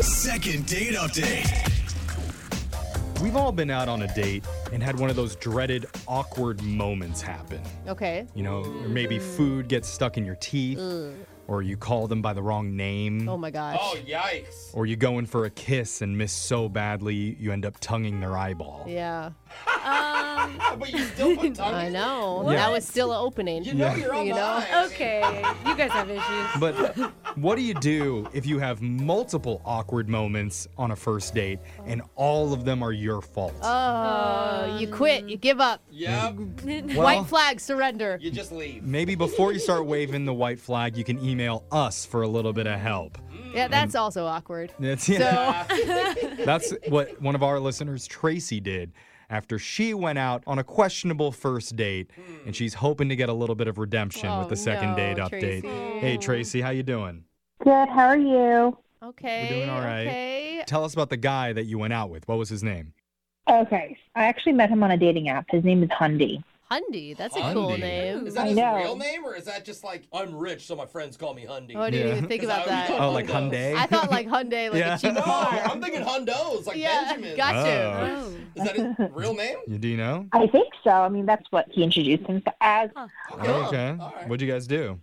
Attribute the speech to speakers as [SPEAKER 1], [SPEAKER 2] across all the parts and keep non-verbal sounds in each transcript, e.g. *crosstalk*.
[SPEAKER 1] Second date update.
[SPEAKER 2] We've all been out on a date and had one of those dreaded awkward moments happen.
[SPEAKER 3] Okay.
[SPEAKER 2] You know, or maybe
[SPEAKER 3] Mm.
[SPEAKER 2] food gets stuck in your teeth, or you call them by the wrong name,
[SPEAKER 3] Oh my gosh.
[SPEAKER 4] Oh, yikes.
[SPEAKER 2] or you go in for a kiss and miss so badly you end up tonguing their eyeball.
[SPEAKER 3] Yeah.
[SPEAKER 4] Ah, But you still
[SPEAKER 3] *laughs*
[SPEAKER 4] put tongue
[SPEAKER 3] I
[SPEAKER 4] in it?
[SPEAKER 3] know.
[SPEAKER 2] What?
[SPEAKER 3] That was still an opening.
[SPEAKER 4] You know
[SPEAKER 2] Yeah.
[SPEAKER 4] you're online.
[SPEAKER 3] You know?
[SPEAKER 5] Okay, you guys have issues.
[SPEAKER 3] *laughs*
[SPEAKER 2] But what do you do if you have multiple awkward moments on a first date and all of them are your fault?
[SPEAKER 3] Uh, Oh, you quit. You give up.
[SPEAKER 4] Yep.
[SPEAKER 2] Well-
[SPEAKER 3] White flag, surrender.
[SPEAKER 4] You just leave.
[SPEAKER 2] Maybe before you start waving the white flag, you can email us for a little bit of help.
[SPEAKER 3] Yeah, that's also awkward.
[SPEAKER 2] *laughs* That's,
[SPEAKER 3] So,
[SPEAKER 2] That's what one of our listeners, Tracy, did after she went out on a questionable first date, and she's hoping to get a little bit of redemption with
[SPEAKER 3] Oh,
[SPEAKER 2] the second
[SPEAKER 3] no,
[SPEAKER 2] date update.
[SPEAKER 3] Tracy.
[SPEAKER 2] Hey, Tracy, how you doing?
[SPEAKER 6] Good. How are you?
[SPEAKER 3] okay.
[SPEAKER 2] We're doing all right.
[SPEAKER 3] Okay.
[SPEAKER 2] Tell us about the guy that you went out with. What was his name?
[SPEAKER 6] Okay. I actually met him on a dating app. His name is Hundy.
[SPEAKER 3] Hundy. That's a cool
[SPEAKER 2] Hundy.
[SPEAKER 3] name.
[SPEAKER 4] Is that
[SPEAKER 6] I
[SPEAKER 4] his
[SPEAKER 6] know.
[SPEAKER 4] real name or is that just like, I'm rich, so my friends call me Hundy?
[SPEAKER 3] Oh, I didn't
[SPEAKER 2] Yeah.
[SPEAKER 3] even think
[SPEAKER 4] 'Cause
[SPEAKER 3] about
[SPEAKER 4] I
[SPEAKER 3] that.
[SPEAKER 4] always
[SPEAKER 2] Oh, like
[SPEAKER 4] Hundos.
[SPEAKER 2] Hyundai?
[SPEAKER 3] *laughs* I thought like Hyundai, like
[SPEAKER 2] Yeah. *laughs*
[SPEAKER 3] a cheap
[SPEAKER 4] *laughs* No,
[SPEAKER 3] car. *laughs*
[SPEAKER 4] I'm thinking Hundos, like
[SPEAKER 3] yeah,
[SPEAKER 4] Benjamin.
[SPEAKER 3] gotcha.
[SPEAKER 2] Oh.
[SPEAKER 4] Is that
[SPEAKER 3] *laughs*
[SPEAKER 4] his real name?
[SPEAKER 2] You- Do you know?
[SPEAKER 6] I think so. I mean, that's what he introduced himself as.
[SPEAKER 2] Oh, okay.
[SPEAKER 4] All right.
[SPEAKER 2] What'd you guys do?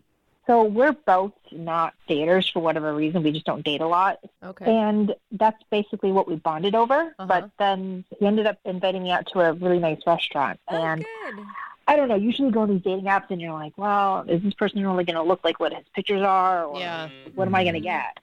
[SPEAKER 6] So we're both not daters for whatever reason. We just don't date a lot.
[SPEAKER 2] Oh.
[SPEAKER 3] Okay.
[SPEAKER 6] And that's basically what we bonded over.
[SPEAKER 3] Uh-huh.
[SPEAKER 6] But then he ended up inviting me out to a really nice restaurant.
[SPEAKER 5] Oh,
[SPEAKER 6] and
[SPEAKER 5] good.
[SPEAKER 6] I don't know, usually you go on these dating apps and you're like, well, is this person really going to look like what his pictures are? Or
[SPEAKER 3] Yeah.
[SPEAKER 2] Mm.
[SPEAKER 6] what am I
[SPEAKER 3] Mm.
[SPEAKER 6] going to get?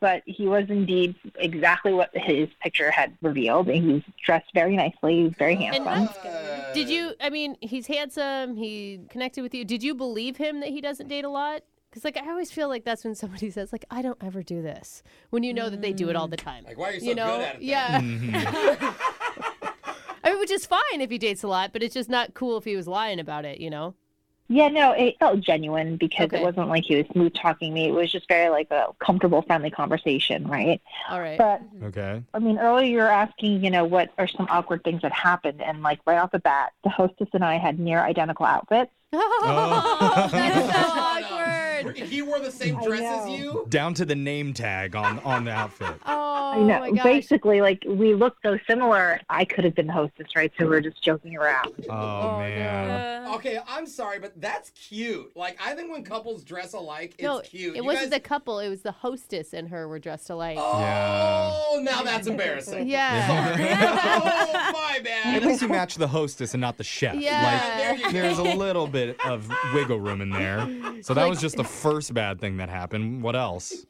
[SPEAKER 6] But he was indeed exactly what his picture had revealed. And he was dressed very nicely, he was very handsome.
[SPEAKER 3] that's
[SPEAKER 4] Uh,
[SPEAKER 3] Did you? I mean, he's handsome. He connected with you. Did you believe him that he doesn't date a lot? Because like I always feel like that's when somebody *laughs* says like I don't ever do this when you know that they do it all the time.
[SPEAKER 4] Like, why are you so
[SPEAKER 3] you know?
[SPEAKER 4] good at it? then? *laughs*
[SPEAKER 3] yeah.
[SPEAKER 2] Mm-hmm.
[SPEAKER 3] I mean, which is fine if he dates a lot, but it's just not cool if he was lying about it. You know.
[SPEAKER 6] Yeah, no, it felt genuine because
[SPEAKER 3] Okay.
[SPEAKER 6] it wasn't like he was smooth talking me. It was just very like a comfortable, friendly conversation, right?
[SPEAKER 3] All right. *laughs*
[SPEAKER 6] But
[SPEAKER 2] Okay.
[SPEAKER 6] I mean, earlier you were asking, you know, what are some awkward things that happened? And like right off the bat, the hostess and I had near identical outfits.
[SPEAKER 2] Oh.
[SPEAKER 3] that's so
[SPEAKER 4] *laughs* Shut
[SPEAKER 3] awkward.
[SPEAKER 4] up. He wore the same
[SPEAKER 6] I
[SPEAKER 4] dress
[SPEAKER 6] know.
[SPEAKER 4] as you?
[SPEAKER 2] Down to the name tag on on the
[SPEAKER 3] *laughs*
[SPEAKER 2] outfit.
[SPEAKER 3] Oh
[SPEAKER 6] I know.
[SPEAKER 3] my gosh.
[SPEAKER 6] Basically, like we looked so similar. I could have been the hostess, right? So we were just joking around.
[SPEAKER 2] Oh, man.
[SPEAKER 5] Uh,
[SPEAKER 4] Okay, I'm sorry, but that's cute. Like, I think when couples dress alike, it's
[SPEAKER 3] No,
[SPEAKER 4] cute.
[SPEAKER 3] it
[SPEAKER 4] You
[SPEAKER 3] wasn't the
[SPEAKER 4] guys-
[SPEAKER 3] couple. It was the hostess and her were dressed alike.
[SPEAKER 4] Oh, now that's
[SPEAKER 2] *laughs*
[SPEAKER 4] embarrassing.
[SPEAKER 3] Yeah.
[SPEAKER 4] Sorry. *laughs* oh, my bad.
[SPEAKER 2] At
[SPEAKER 3] *laughs*
[SPEAKER 2] least you match the hostess and not the chef.
[SPEAKER 3] Yeah.
[SPEAKER 4] there you
[SPEAKER 2] Like,
[SPEAKER 4] go.
[SPEAKER 2] there's a little bit of wiggle room in there. So that
[SPEAKER 3] Like-
[SPEAKER 2] was just the first bad thing that happened. What else?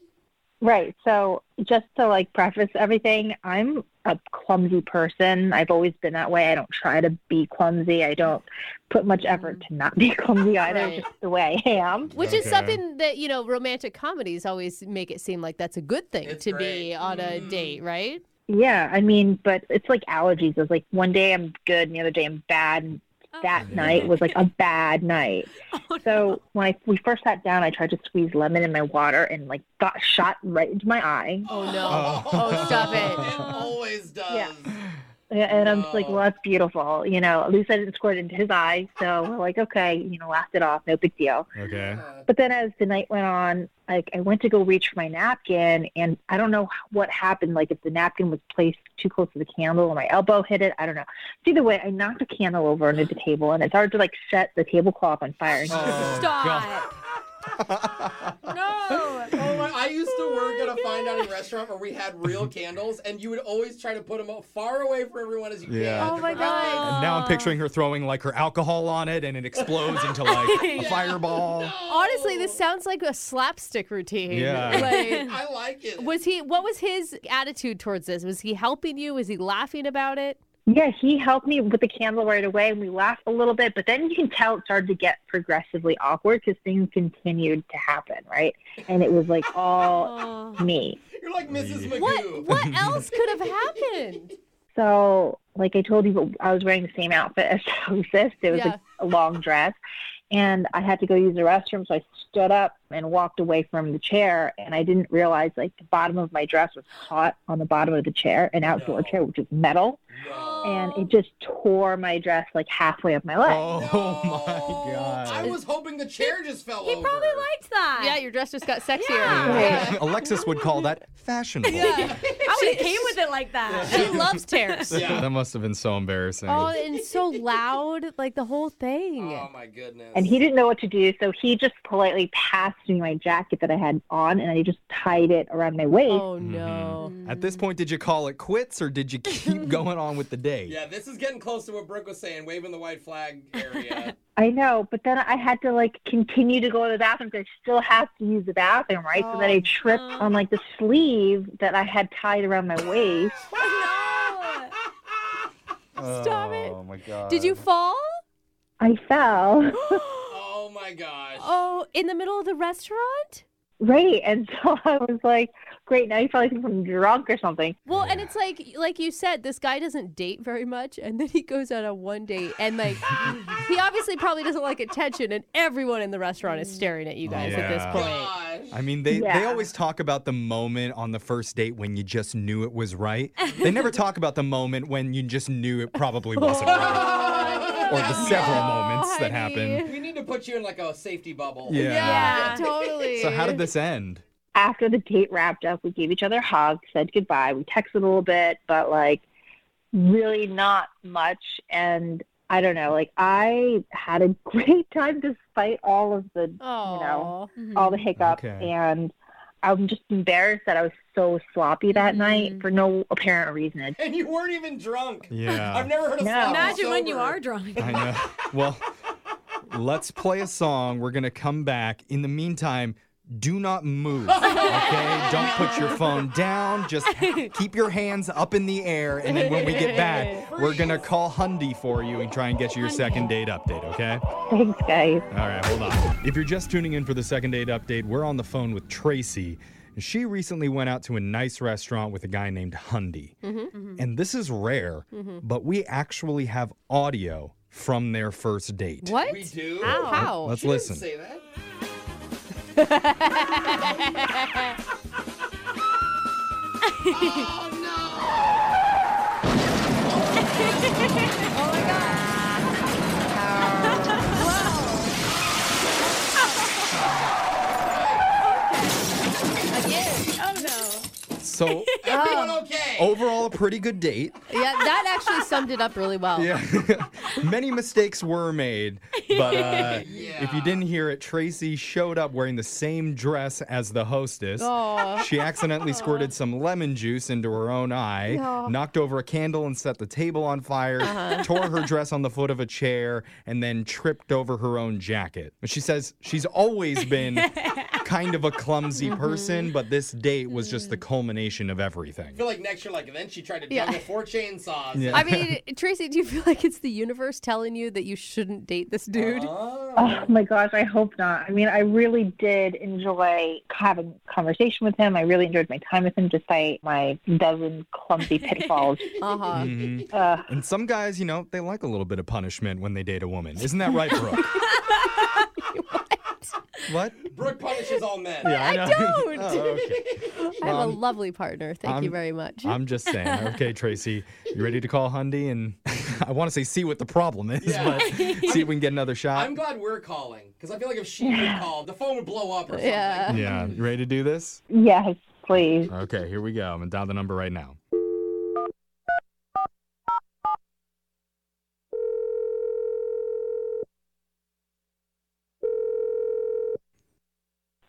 [SPEAKER 6] Right. So just to like preface everything, I'm a clumsy person. I've always been that way. I don't try to be clumsy. I don't put much effort to not be *laughs* clumsy either.
[SPEAKER 3] Right.
[SPEAKER 6] Just the way I am.
[SPEAKER 3] Which is
[SPEAKER 2] Okay.
[SPEAKER 3] something that, you know, romantic comedies always make it seem like that's a good thing
[SPEAKER 4] It's
[SPEAKER 3] to be
[SPEAKER 4] great.
[SPEAKER 3] on a
[SPEAKER 4] Mm.
[SPEAKER 3] date, right?
[SPEAKER 6] Yeah. I mean, but it's like allergies. It's like one day I'm good and the other day I'm bad. And that
[SPEAKER 2] Oh.
[SPEAKER 6] night was like a bad night.
[SPEAKER 5] Oh,
[SPEAKER 6] So when I, we first sat down, I tried to squeeze lemon in my water and like got shot right into my eye.
[SPEAKER 3] *laughs* Oh, no. Oh, stop it.
[SPEAKER 4] *laughs* It always does.
[SPEAKER 6] Yeah. Yeah, and I'm just like,
[SPEAKER 4] Wow.
[SPEAKER 6] well, that's beautiful. You know, at least I didn't squirt into his eye. So we're like, okay, you know, laughed it off, no big deal.
[SPEAKER 2] Okay.
[SPEAKER 4] Uh,
[SPEAKER 6] But then as the night went on, like I went to go reach for my napkin, and I don't know what happened. Like if the napkin was placed too close to the candle or my elbow hit it, I don't know. So either way, I knocked a candle over under the table, and it's hard to like set the tablecloth on fire.
[SPEAKER 2] Oh.
[SPEAKER 5] Stop.
[SPEAKER 3] *laughs*
[SPEAKER 5] no.
[SPEAKER 4] Oh my, I used to work at
[SPEAKER 3] Oh,
[SPEAKER 4] a fine dining restaurant where we had real candles, and you would always try to put them up far away from everyone as you
[SPEAKER 2] Yeah.
[SPEAKER 4] can.
[SPEAKER 5] Oh my
[SPEAKER 4] Right.
[SPEAKER 5] god.
[SPEAKER 2] And now I'm picturing her throwing like her alcohol on it and it explodes into like
[SPEAKER 3] *laughs*
[SPEAKER 2] a fireball.
[SPEAKER 3] Honestly, this sounds like a slapstick routine.
[SPEAKER 2] Yeah.
[SPEAKER 3] *laughs* Like,
[SPEAKER 4] I like it.
[SPEAKER 3] was he, what was his attitude towards this? Was he helping you? Was he laughing about it?
[SPEAKER 6] Yeah, he helped me with the candle right away, and we laughed a little bit. But then you can tell it started to get progressively awkward because things continued to happen, right? And it was like all
[SPEAKER 5] Oh.
[SPEAKER 6] me.
[SPEAKER 4] You're like Mrs.
[SPEAKER 2] Yeah.
[SPEAKER 4] Magoo.
[SPEAKER 3] What,
[SPEAKER 4] *laughs*
[SPEAKER 3] what else could have happened?
[SPEAKER 6] So, like I told you, I was wearing the same outfit as *laughs* the hostess. It was
[SPEAKER 3] Yeah.
[SPEAKER 6] like a long dress, and I had to go use the restroom. So I stood up and walked away from the chair, and I didn't realize like the bottom of my dress was caught on the bottom of the chair, an outdoor
[SPEAKER 4] No.
[SPEAKER 6] chair, which is metal.
[SPEAKER 4] No.
[SPEAKER 6] and it just tore my dress like halfway up my leg.
[SPEAKER 2] Oh my
[SPEAKER 4] I
[SPEAKER 2] god.
[SPEAKER 4] was hoping the chair just fell
[SPEAKER 5] He
[SPEAKER 4] over.
[SPEAKER 5] probably liked that.
[SPEAKER 3] Yeah, your dress just got sexier.
[SPEAKER 6] Yeah.
[SPEAKER 2] *laughs* Alexis would call that fashionable. *laughs*
[SPEAKER 5] I would have came with it like that.
[SPEAKER 3] *laughs* She loves tears.
[SPEAKER 4] Yeah.
[SPEAKER 2] That must have been so embarrassing.
[SPEAKER 3] Oh, and it's so loud, like the whole thing.
[SPEAKER 4] Oh my goodness.
[SPEAKER 6] And he didn't know what to do, so he just politely passed me my jacket that I had on, and I just tied it around my waist.
[SPEAKER 3] Oh
[SPEAKER 4] Mm-hmm.
[SPEAKER 3] no.
[SPEAKER 2] At this point, did you call it quits or did you
[SPEAKER 3] *laughs*
[SPEAKER 2] keep going on with the day?
[SPEAKER 4] Yeah, this is getting close to what Brooke was saying, waving the white flag
[SPEAKER 2] *laughs*
[SPEAKER 4] area.
[SPEAKER 6] I know, but then I had to like continue to go to the bathroom because I still have to use the bathroom, right? so then I tripped on like the sleeve that I had tied around my waist.
[SPEAKER 3] Stop it.
[SPEAKER 2] Oh my
[SPEAKER 4] Uh.
[SPEAKER 2] god.
[SPEAKER 3] Did you fall?
[SPEAKER 6] I fell,
[SPEAKER 4] oh my gosh.
[SPEAKER 3] Oh, in the middle of the restaurant?
[SPEAKER 6] right? And so *laughs* I was like, "Great, now you probably think I'm drunk or something."
[SPEAKER 3] Well, and it's like like you said, this guy doesn't date very much and then he goes out on one date and like he obviously probably doesn't like attention and everyone in the restaurant is staring at you guys at this
[SPEAKER 2] Yeah.
[SPEAKER 3] point.
[SPEAKER 4] Gosh.
[SPEAKER 2] I mean, they, they
[SPEAKER 6] Yeah.
[SPEAKER 2] always talk about the moment on the first date when you just knew it was right. They never talk about the moment when you just knew it probably wasn't right. Or the
[SPEAKER 3] *laughs*
[SPEAKER 2] several moments that happened.
[SPEAKER 4] We need to put you in like a safety bubble.
[SPEAKER 2] Yeah.
[SPEAKER 3] Yeah,
[SPEAKER 5] Yeah.
[SPEAKER 3] totally.
[SPEAKER 2] So how did this end?
[SPEAKER 6] After the date wrapped up, we gave each other hugs, said goodbye, we texted a little bit, but like really not much. And I don't know, like I had a *laughs* great time despite all of the
[SPEAKER 3] Oh,
[SPEAKER 6] you know all the hiccups
[SPEAKER 2] Okay.
[SPEAKER 6] and I'm just embarrassed that I was so sloppy that night
[SPEAKER 5] Mhm.
[SPEAKER 6] for no apparent reason. *laughs*
[SPEAKER 4] And you weren't even drunk. I've
[SPEAKER 2] Yeah.
[SPEAKER 4] never heard of
[SPEAKER 6] No.
[SPEAKER 4] sloppy
[SPEAKER 5] Imagine when you
[SPEAKER 4] sober. *laughs*
[SPEAKER 3] *laughs*
[SPEAKER 5] are drunk.
[SPEAKER 2] I know. Well, let's play a song. We're going to come back. In the meantime, do not move. Okay? Don't put your phone down. Just keep your hands up in the air. And then when we get back, we're going to call Hundy for you and try and get you your second date update, okay?
[SPEAKER 6] Thanks, guys.
[SPEAKER 2] All right, hold on. If you're just tuning in for the second date update, we're on the phone with Tracy. And she recently went out to a nice restaurant with a guy named Hundy.
[SPEAKER 4] Mm-hmm.
[SPEAKER 2] And this is rare, but we actually have audio from their first date.
[SPEAKER 3] What?
[SPEAKER 4] We do.
[SPEAKER 3] How? How?
[SPEAKER 2] Let's
[SPEAKER 4] She didn't
[SPEAKER 2] listen. Oh.
[SPEAKER 4] Say that.
[SPEAKER 5] Oh,
[SPEAKER 4] *laughs*
[SPEAKER 2] So,
[SPEAKER 4] Everyone okay?
[SPEAKER 2] overall, a pretty good date.
[SPEAKER 3] Yeah,
[SPEAKER 2] *laughs*
[SPEAKER 3] that actually summed it up really well.
[SPEAKER 2] Yeah. *laughs* Many mistakes were made, but uh,
[SPEAKER 4] Yeah.
[SPEAKER 2] if you didn't hear it, Tracy showed up wearing the same dress as the hostess.
[SPEAKER 3] Aw.
[SPEAKER 2] She accidentally squirted some lemon juice into her own eye, knocked over a candle and set the table on fire, tore her dress on the foot of a chair, and then tripped over her own jacket. But She says she's always *laughs* been kind of a clumsy person, but this date was just the culmination of everything.
[SPEAKER 4] I feel like next year, like then she tried to
[SPEAKER 3] Yeah.
[SPEAKER 4] juggle four chainsaws.
[SPEAKER 2] Yeah.
[SPEAKER 3] I mean, Tracy, do you feel like it's the universe telling you that you shouldn't date this dude?
[SPEAKER 2] Uh,
[SPEAKER 6] Oh my gosh, I hope not. I mean, I really did enjoy having conversation with him. I really enjoyed my time with him despite my dozen clumsy pitfalls.
[SPEAKER 2] *laughs*
[SPEAKER 3] Uh-huh.
[SPEAKER 2] Mhm.
[SPEAKER 6] uh,
[SPEAKER 2] And some guys, you know, they like a little bit of punishment when they date a woman. Isn't that right, Brooke? *laughs* what?
[SPEAKER 4] Brooke punishes all men.
[SPEAKER 2] I, *laughs*
[SPEAKER 3] don't.
[SPEAKER 2] Oh, okay.
[SPEAKER 3] I have a
[SPEAKER 2] Um,
[SPEAKER 3] lovely partner. Thank you
[SPEAKER 2] I'm-
[SPEAKER 3] very
[SPEAKER 2] *laughs*
[SPEAKER 3] much.
[SPEAKER 2] I'm just saying. Okay, Tracy, you ready to call Hundy? And *laughs* I want to say see what the problem is,
[SPEAKER 4] Yeah.
[SPEAKER 2] but see if we can get another shot.
[SPEAKER 4] I'm glad we're calling because I feel like if she would call, the phone would blow up or something.
[SPEAKER 3] Yeah.
[SPEAKER 2] yeah,
[SPEAKER 4] *laughs*
[SPEAKER 2] you ready to do this?
[SPEAKER 6] yes, please.
[SPEAKER 2] Okay, here we go. I'm gonna dial the number right now.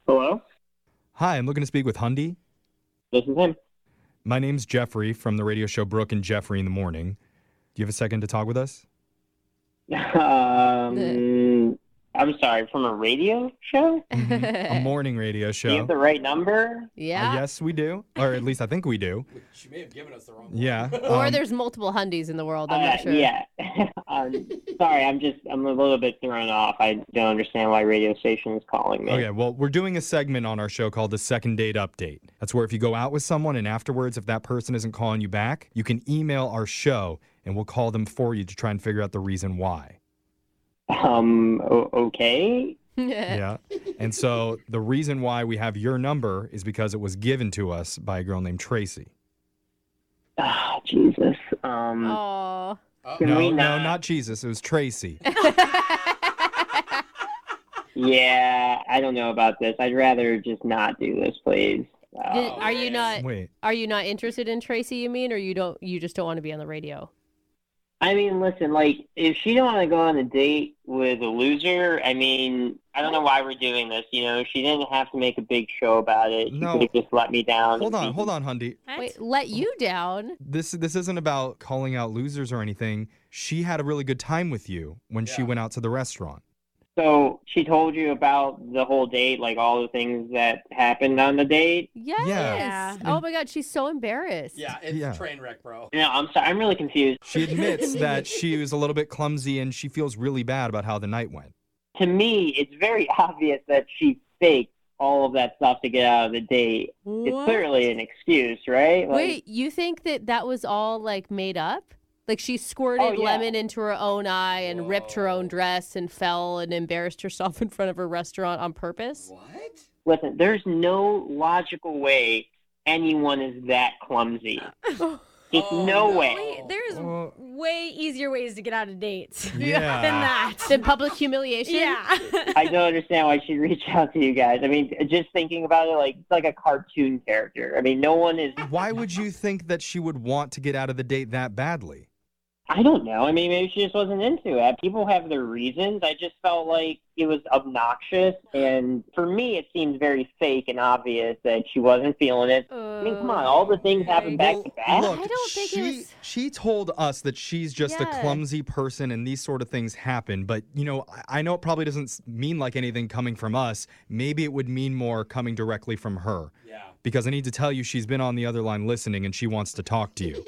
[SPEAKER 7] Hello,
[SPEAKER 2] Hi, I'm looking to speak with Hundy.
[SPEAKER 7] this is him.
[SPEAKER 2] My name's Jeffrey from the radio show Brooke and Jeffrey in the Morning. Do you have a second to talk with
[SPEAKER 4] *laughs*
[SPEAKER 2] us?
[SPEAKER 7] Um, I'm sorry, from a radio show?
[SPEAKER 2] Mm-hmm. A morning radio show.
[SPEAKER 7] Do you have the right number?
[SPEAKER 2] Uh,
[SPEAKER 3] yeah.
[SPEAKER 2] yes, we do, or at least I think we do.
[SPEAKER 4] She may have given us the wrong one.
[SPEAKER 2] Yeah.
[SPEAKER 3] Or
[SPEAKER 2] um,
[SPEAKER 3] there's multiple hundies in the world. I'm
[SPEAKER 7] Uh,
[SPEAKER 3] not *laughs* sure.
[SPEAKER 7] Yeah. *laughs* um, sorry, I'm just I'm a little bit thrown off. I don't understand why radio station is calling me.
[SPEAKER 2] Okay, well, we're doing a segment on our show called the Second Date Update. That's where if you go out with someone and afterwards, if that person isn't calling you back, you can email our show and we'll call them for you to try and figure out the reason
[SPEAKER 7] *laughs*
[SPEAKER 2] why.
[SPEAKER 7] Um. o- okay.
[SPEAKER 2] Yeah. and so the reason why we have your number is because it was given to us by a girl named Tracy.
[SPEAKER 7] Ah, Jesus. Um,
[SPEAKER 3] Oh.
[SPEAKER 7] *laughs*
[SPEAKER 3] Aw. *laughs*
[SPEAKER 7] Can
[SPEAKER 2] No,
[SPEAKER 7] we
[SPEAKER 2] no,
[SPEAKER 7] not?
[SPEAKER 2] not Jesus. It was
[SPEAKER 7] *laughs*
[SPEAKER 2] Tracy.
[SPEAKER 7] Yeah, I don't know about this. I'd rather just not do this, please. Uh,
[SPEAKER 3] Did- are you not
[SPEAKER 2] Wait.
[SPEAKER 3] are you not interested in Tracy, you mean, or you don't you just don't want to be on the radio?
[SPEAKER 7] I mean, listen, like if she don't want to go on a date with a loser, I mean, I don't know why we're doing this. You know, she didn't have to make a big show about it. She
[SPEAKER 2] No.
[SPEAKER 7] could have just let me down.
[SPEAKER 2] Hold on, hold on, Hundy.
[SPEAKER 3] Wait, let you down.
[SPEAKER 2] This this isn't about calling out losers or anything. She had a really good time with you when she
[SPEAKER 4] Yeah.
[SPEAKER 2] went out to the restaurant.
[SPEAKER 7] So she told you about the whole date, like all the things that happened on the date.
[SPEAKER 3] Yes.
[SPEAKER 5] Yeah.
[SPEAKER 3] Oh my god, she's so embarrassed.
[SPEAKER 4] Yeah, it's
[SPEAKER 2] Yeah.
[SPEAKER 4] a train wreck, bro.
[SPEAKER 7] No, I'm sorry. I'm really confused.
[SPEAKER 3] *laughs*
[SPEAKER 2] She admits that she was a little bit clumsy and she feels really bad about how the night went.
[SPEAKER 7] To me, it's very *laughs* obvious that she faked all of that stuff to get out of the date. It's
[SPEAKER 3] What?
[SPEAKER 7] clearly an excuse, right? Like,
[SPEAKER 3] Wait, you think that that was all like made up? Like she squirted
[SPEAKER 7] Oh, yeah.
[SPEAKER 3] lemon into her own eye and ripped her own
[SPEAKER 4] Whoa.
[SPEAKER 3] dress and fell and embarrassed herself *laughs* in front of her restaurant on purpose?
[SPEAKER 4] What?
[SPEAKER 7] Listen, there's no logical way anyone is that clumsy. Just
[SPEAKER 4] Oh,
[SPEAKER 7] no,
[SPEAKER 4] no.
[SPEAKER 7] way.
[SPEAKER 5] *laughs* Wait, there's
[SPEAKER 2] Oh.
[SPEAKER 5] way easier ways to get out of dates *laughs* than
[SPEAKER 2] Yeah.
[SPEAKER 5] that.
[SPEAKER 3] Then public humiliation?
[SPEAKER 5] yeah.
[SPEAKER 3] *laughs*
[SPEAKER 7] I don't understand why she'd reach out to you guys. I mean, just thinking about it, like it's like a cartoon character. I mean, no one is.
[SPEAKER 2] Why would you think that she would want to get out of the date that badly?
[SPEAKER 7] I don't know. I mean, maybe she just wasn't into it. People have their reasons. I just felt like it was obnoxious, and for me, it seemed very fake and obvious that she wasn't feeling it. I mean, come on, all the things happen back to back.
[SPEAKER 2] Look,
[SPEAKER 3] I don't think it
[SPEAKER 2] she,
[SPEAKER 3] was-
[SPEAKER 2] she told us that she's just a
[SPEAKER 3] Yeah.
[SPEAKER 2] clumsy person and these sort of things happen. But, you know, I, I know it probably doesn't s- mean like anything coming from us. Maybe it would mean more coming directly from her.
[SPEAKER 4] Yeah.
[SPEAKER 3] *laughs*
[SPEAKER 2] Because I need to tell you, she's been on the other line listening and she wants to talk to you.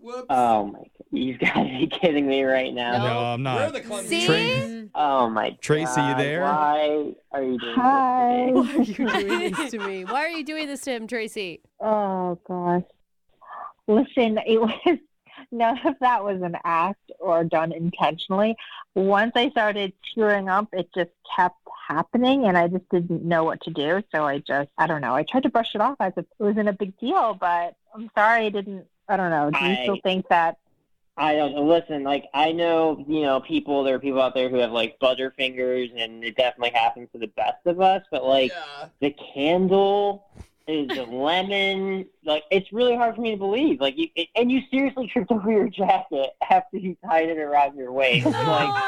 [SPEAKER 4] Whoops.
[SPEAKER 6] Uh,
[SPEAKER 7] Oh my! God. You've got to be kidding me right
[SPEAKER 3] Oh.
[SPEAKER 7] now.
[SPEAKER 2] no, I'm
[SPEAKER 4] Where are
[SPEAKER 2] not.
[SPEAKER 4] the clumsy?
[SPEAKER 3] See?
[SPEAKER 2] Train-
[SPEAKER 7] Oh my!
[SPEAKER 2] Tracy, you
[SPEAKER 7] God,
[SPEAKER 2] there?
[SPEAKER 7] Why are you doing
[SPEAKER 6] Hi.
[SPEAKER 7] this? to
[SPEAKER 3] Why
[SPEAKER 7] me?
[SPEAKER 3] are you doing this to
[SPEAKER 5] *laughs*
[SPEAKER 3] me? Why are you doing this to him, Tracy?
[SPEAKER 6] Oh gosh. Listen, it *laughs* was none of that was an act or done intentionally. Once I started tearing up, it just kept happening and I just didn't know what to do. So I just I don't know. I tried to brush it off as if it wasn't a big deal, but I'm sorry I didn't I don't know. Do you
[SPEAKER 7] I-
[SPEAKER 6] still think that
[SPEAKER 7] I don't know. Listen, like I know, you know, people. There are people out there who have like butterfingers, and it definitely happens to the best of us. But like
[SPEAKER 4] yeah.
[SPEAKER 7] the candle, is the lemon, like it's really hard for me to believe. Like you, it, and you seriously tripped over your jacket after you tied it around your waist. like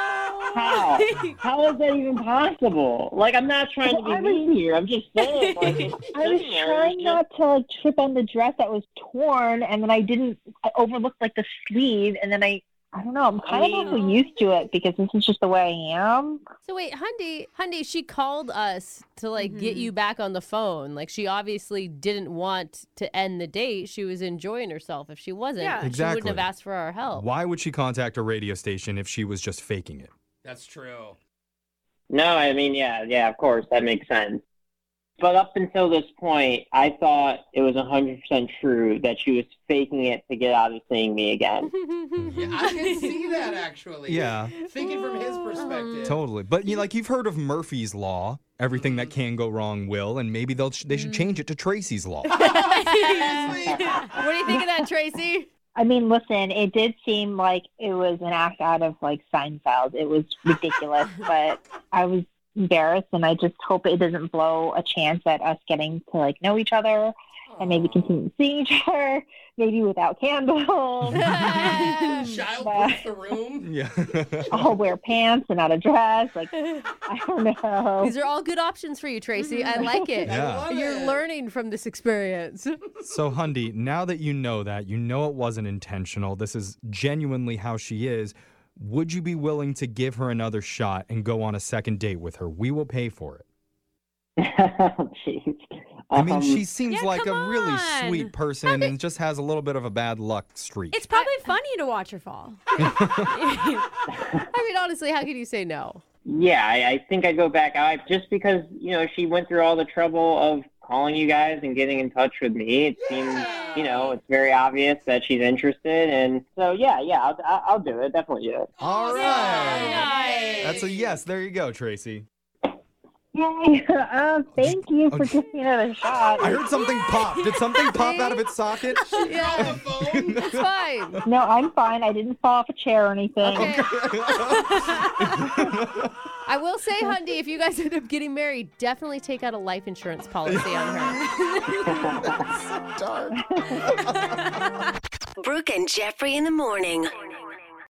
[SPEAKER 5] Oh. *laughs*
[SPEAKER 7] how? How is that even possible? Like I'm not trying to be
[SPEAKER 6] Well, I was-
[SPEAKER 7] mean here. I'm just saying. Like, it's
[SPEAKER 6] I was
[SPEAKER 7] visionary. It's
[SPEAKER 6] trying
[SPEAKER 7] just-
[SPEAKER 6] not to like trip on the dress that was torn and then I didn't I overlooked like the sleeve and then I I don't know, I'm kind of also used to it because this is just the way I am.
[SPEAKER 3] So wait, Hundy, Hundy, she called us to like get
[SPEAKER 5] Mhm.
[SPEAKER 3] you back on the phone. Like she obviously didn't want to end the date. She was enjoying herself. If she wasn't,
[SPEAKER 5] Yeah.
[SPEAKER 3] she wouldn't
[SPEAKER 2] Exactly.
[SPEAKER 3] have asked for our help.
[SPEAKER 2] Why would she contact a radio station if she was just faking it?
[SPEAKER 4] That's true.
[SPEAKER 7] No, I mean, yeah, yeah, of course, that makes sense. But up until this point, I thought it was 100% true that she was faking it to get out of seeing me again.
[SPEAKER 6] Mm-hmm.
[SPEAKER 3] *laughs*
[SPEAKER 4] Yeah, I can see that actually.
[SPEAKER 2] Yeah.
[SPEAKER 4] Thinking from his perspective.
[SPEAKER 2] Totally. But you like you've heard of Murphy's law. Everything
[SPEAKER 5] Mm.
[SPEAKER 2] that can go wrong will, and maybe they'll they should change it to Tracy's
[SPEAKER 5] *laughs*
[SPEAKER 2] law.
[SPEAKER 4] *laughs* Seriously?
[SPEAKER 3] what do you think of that, Tracy?
[SPEAKER 6] I mean, listen, it did seem like it was an act out of like Seinfeld. It was ridiculous, but I was embarrassed and I just hope it doesn't blow a chance at us getting to like know each other and maybe continue seeing each other, maybe without
[SPEAKER 3] *laughs*
[SPEAKER 6] candles.
[SPEAKER 2] *laughs*
[SPEAKER 4] Childproof the room.
[SPEAKER 2] yeah.
[SPEAKER 5] Oh,
[SPEAKER 6] I'll wear pants and not a dress. Like, I don't know.
[SPEAKER 3] These are all good options for you, Tracy. I like it.
[SPEAKER 2] *laughs* Yeah.
[SPEAKER 4] I love
[SPEAKER 3] You're
[SPEAKER 4] it.
[SPEAKER 3] learning from this experience. *laughs*
[SPEAKER 2] so Hundy, now that you know that, you know it wasn't intentional. This is genuinely how she is. Would you be willing to give her another shot and go on a second date with her? We will pay for it.
[SPEAKER 7] *laughs* Jeez.
[SPEAKER 2] I mean,
[SPEAKER 7] Um,
[SPEAKER 2] she seems
[SPEAKER 5] yeah,
[SPEAKER 2] like a
[SPEAKER 5] come
[SPEAKER 2] really
[SPEAKER 5] on.
[SPEAKER 2] sweet person and just has a little bit of a bad luck streak.
[SPEAKER 5] It's probably funny to watch her fall. *laughs*
[SPEAKER 3] I mean, honestly, how can you say no?
[SPEAKER 7] Yeah, I, I think I go back out just because, you know, she went through all the trouble of calling you guys and getting in touch with me. It seems, you know, it's very obvious that she's interested. And so, yeah, yeah, I'll, I'll I'll do it. Definitely do it.
[SPEAKER 2] All right.
[SPEAKER 3] Nice.
[SPEAKER 2] That's a yes. There you go, Tracy.
[SPEAKER 6] Yay! Oh, thank you for
[SPEAKER 2] Oh.
[SPEAKER 6] giving me another shot.
[SPEAKER 2] I heard something pop. Did something pop out of its socket?
[SPEAKER 3] *laughs* Yeah,
[SPEAKER 2] *laughs*
[SPEAKER 3] it's fine.
[SPEAKER 6] No, I'm fine. I didn't fall off a chair or anything.
[SPEAKER 2] *laughs*
[SPEAKER 3] Okay. *laughs* I will say, Hundy, if you guys end up getting married, definitely take out a life insurance policy on her.
[SPEAKER 2] Darn.
[SPEAKER 8] Brooke and Jeffrey in the morning.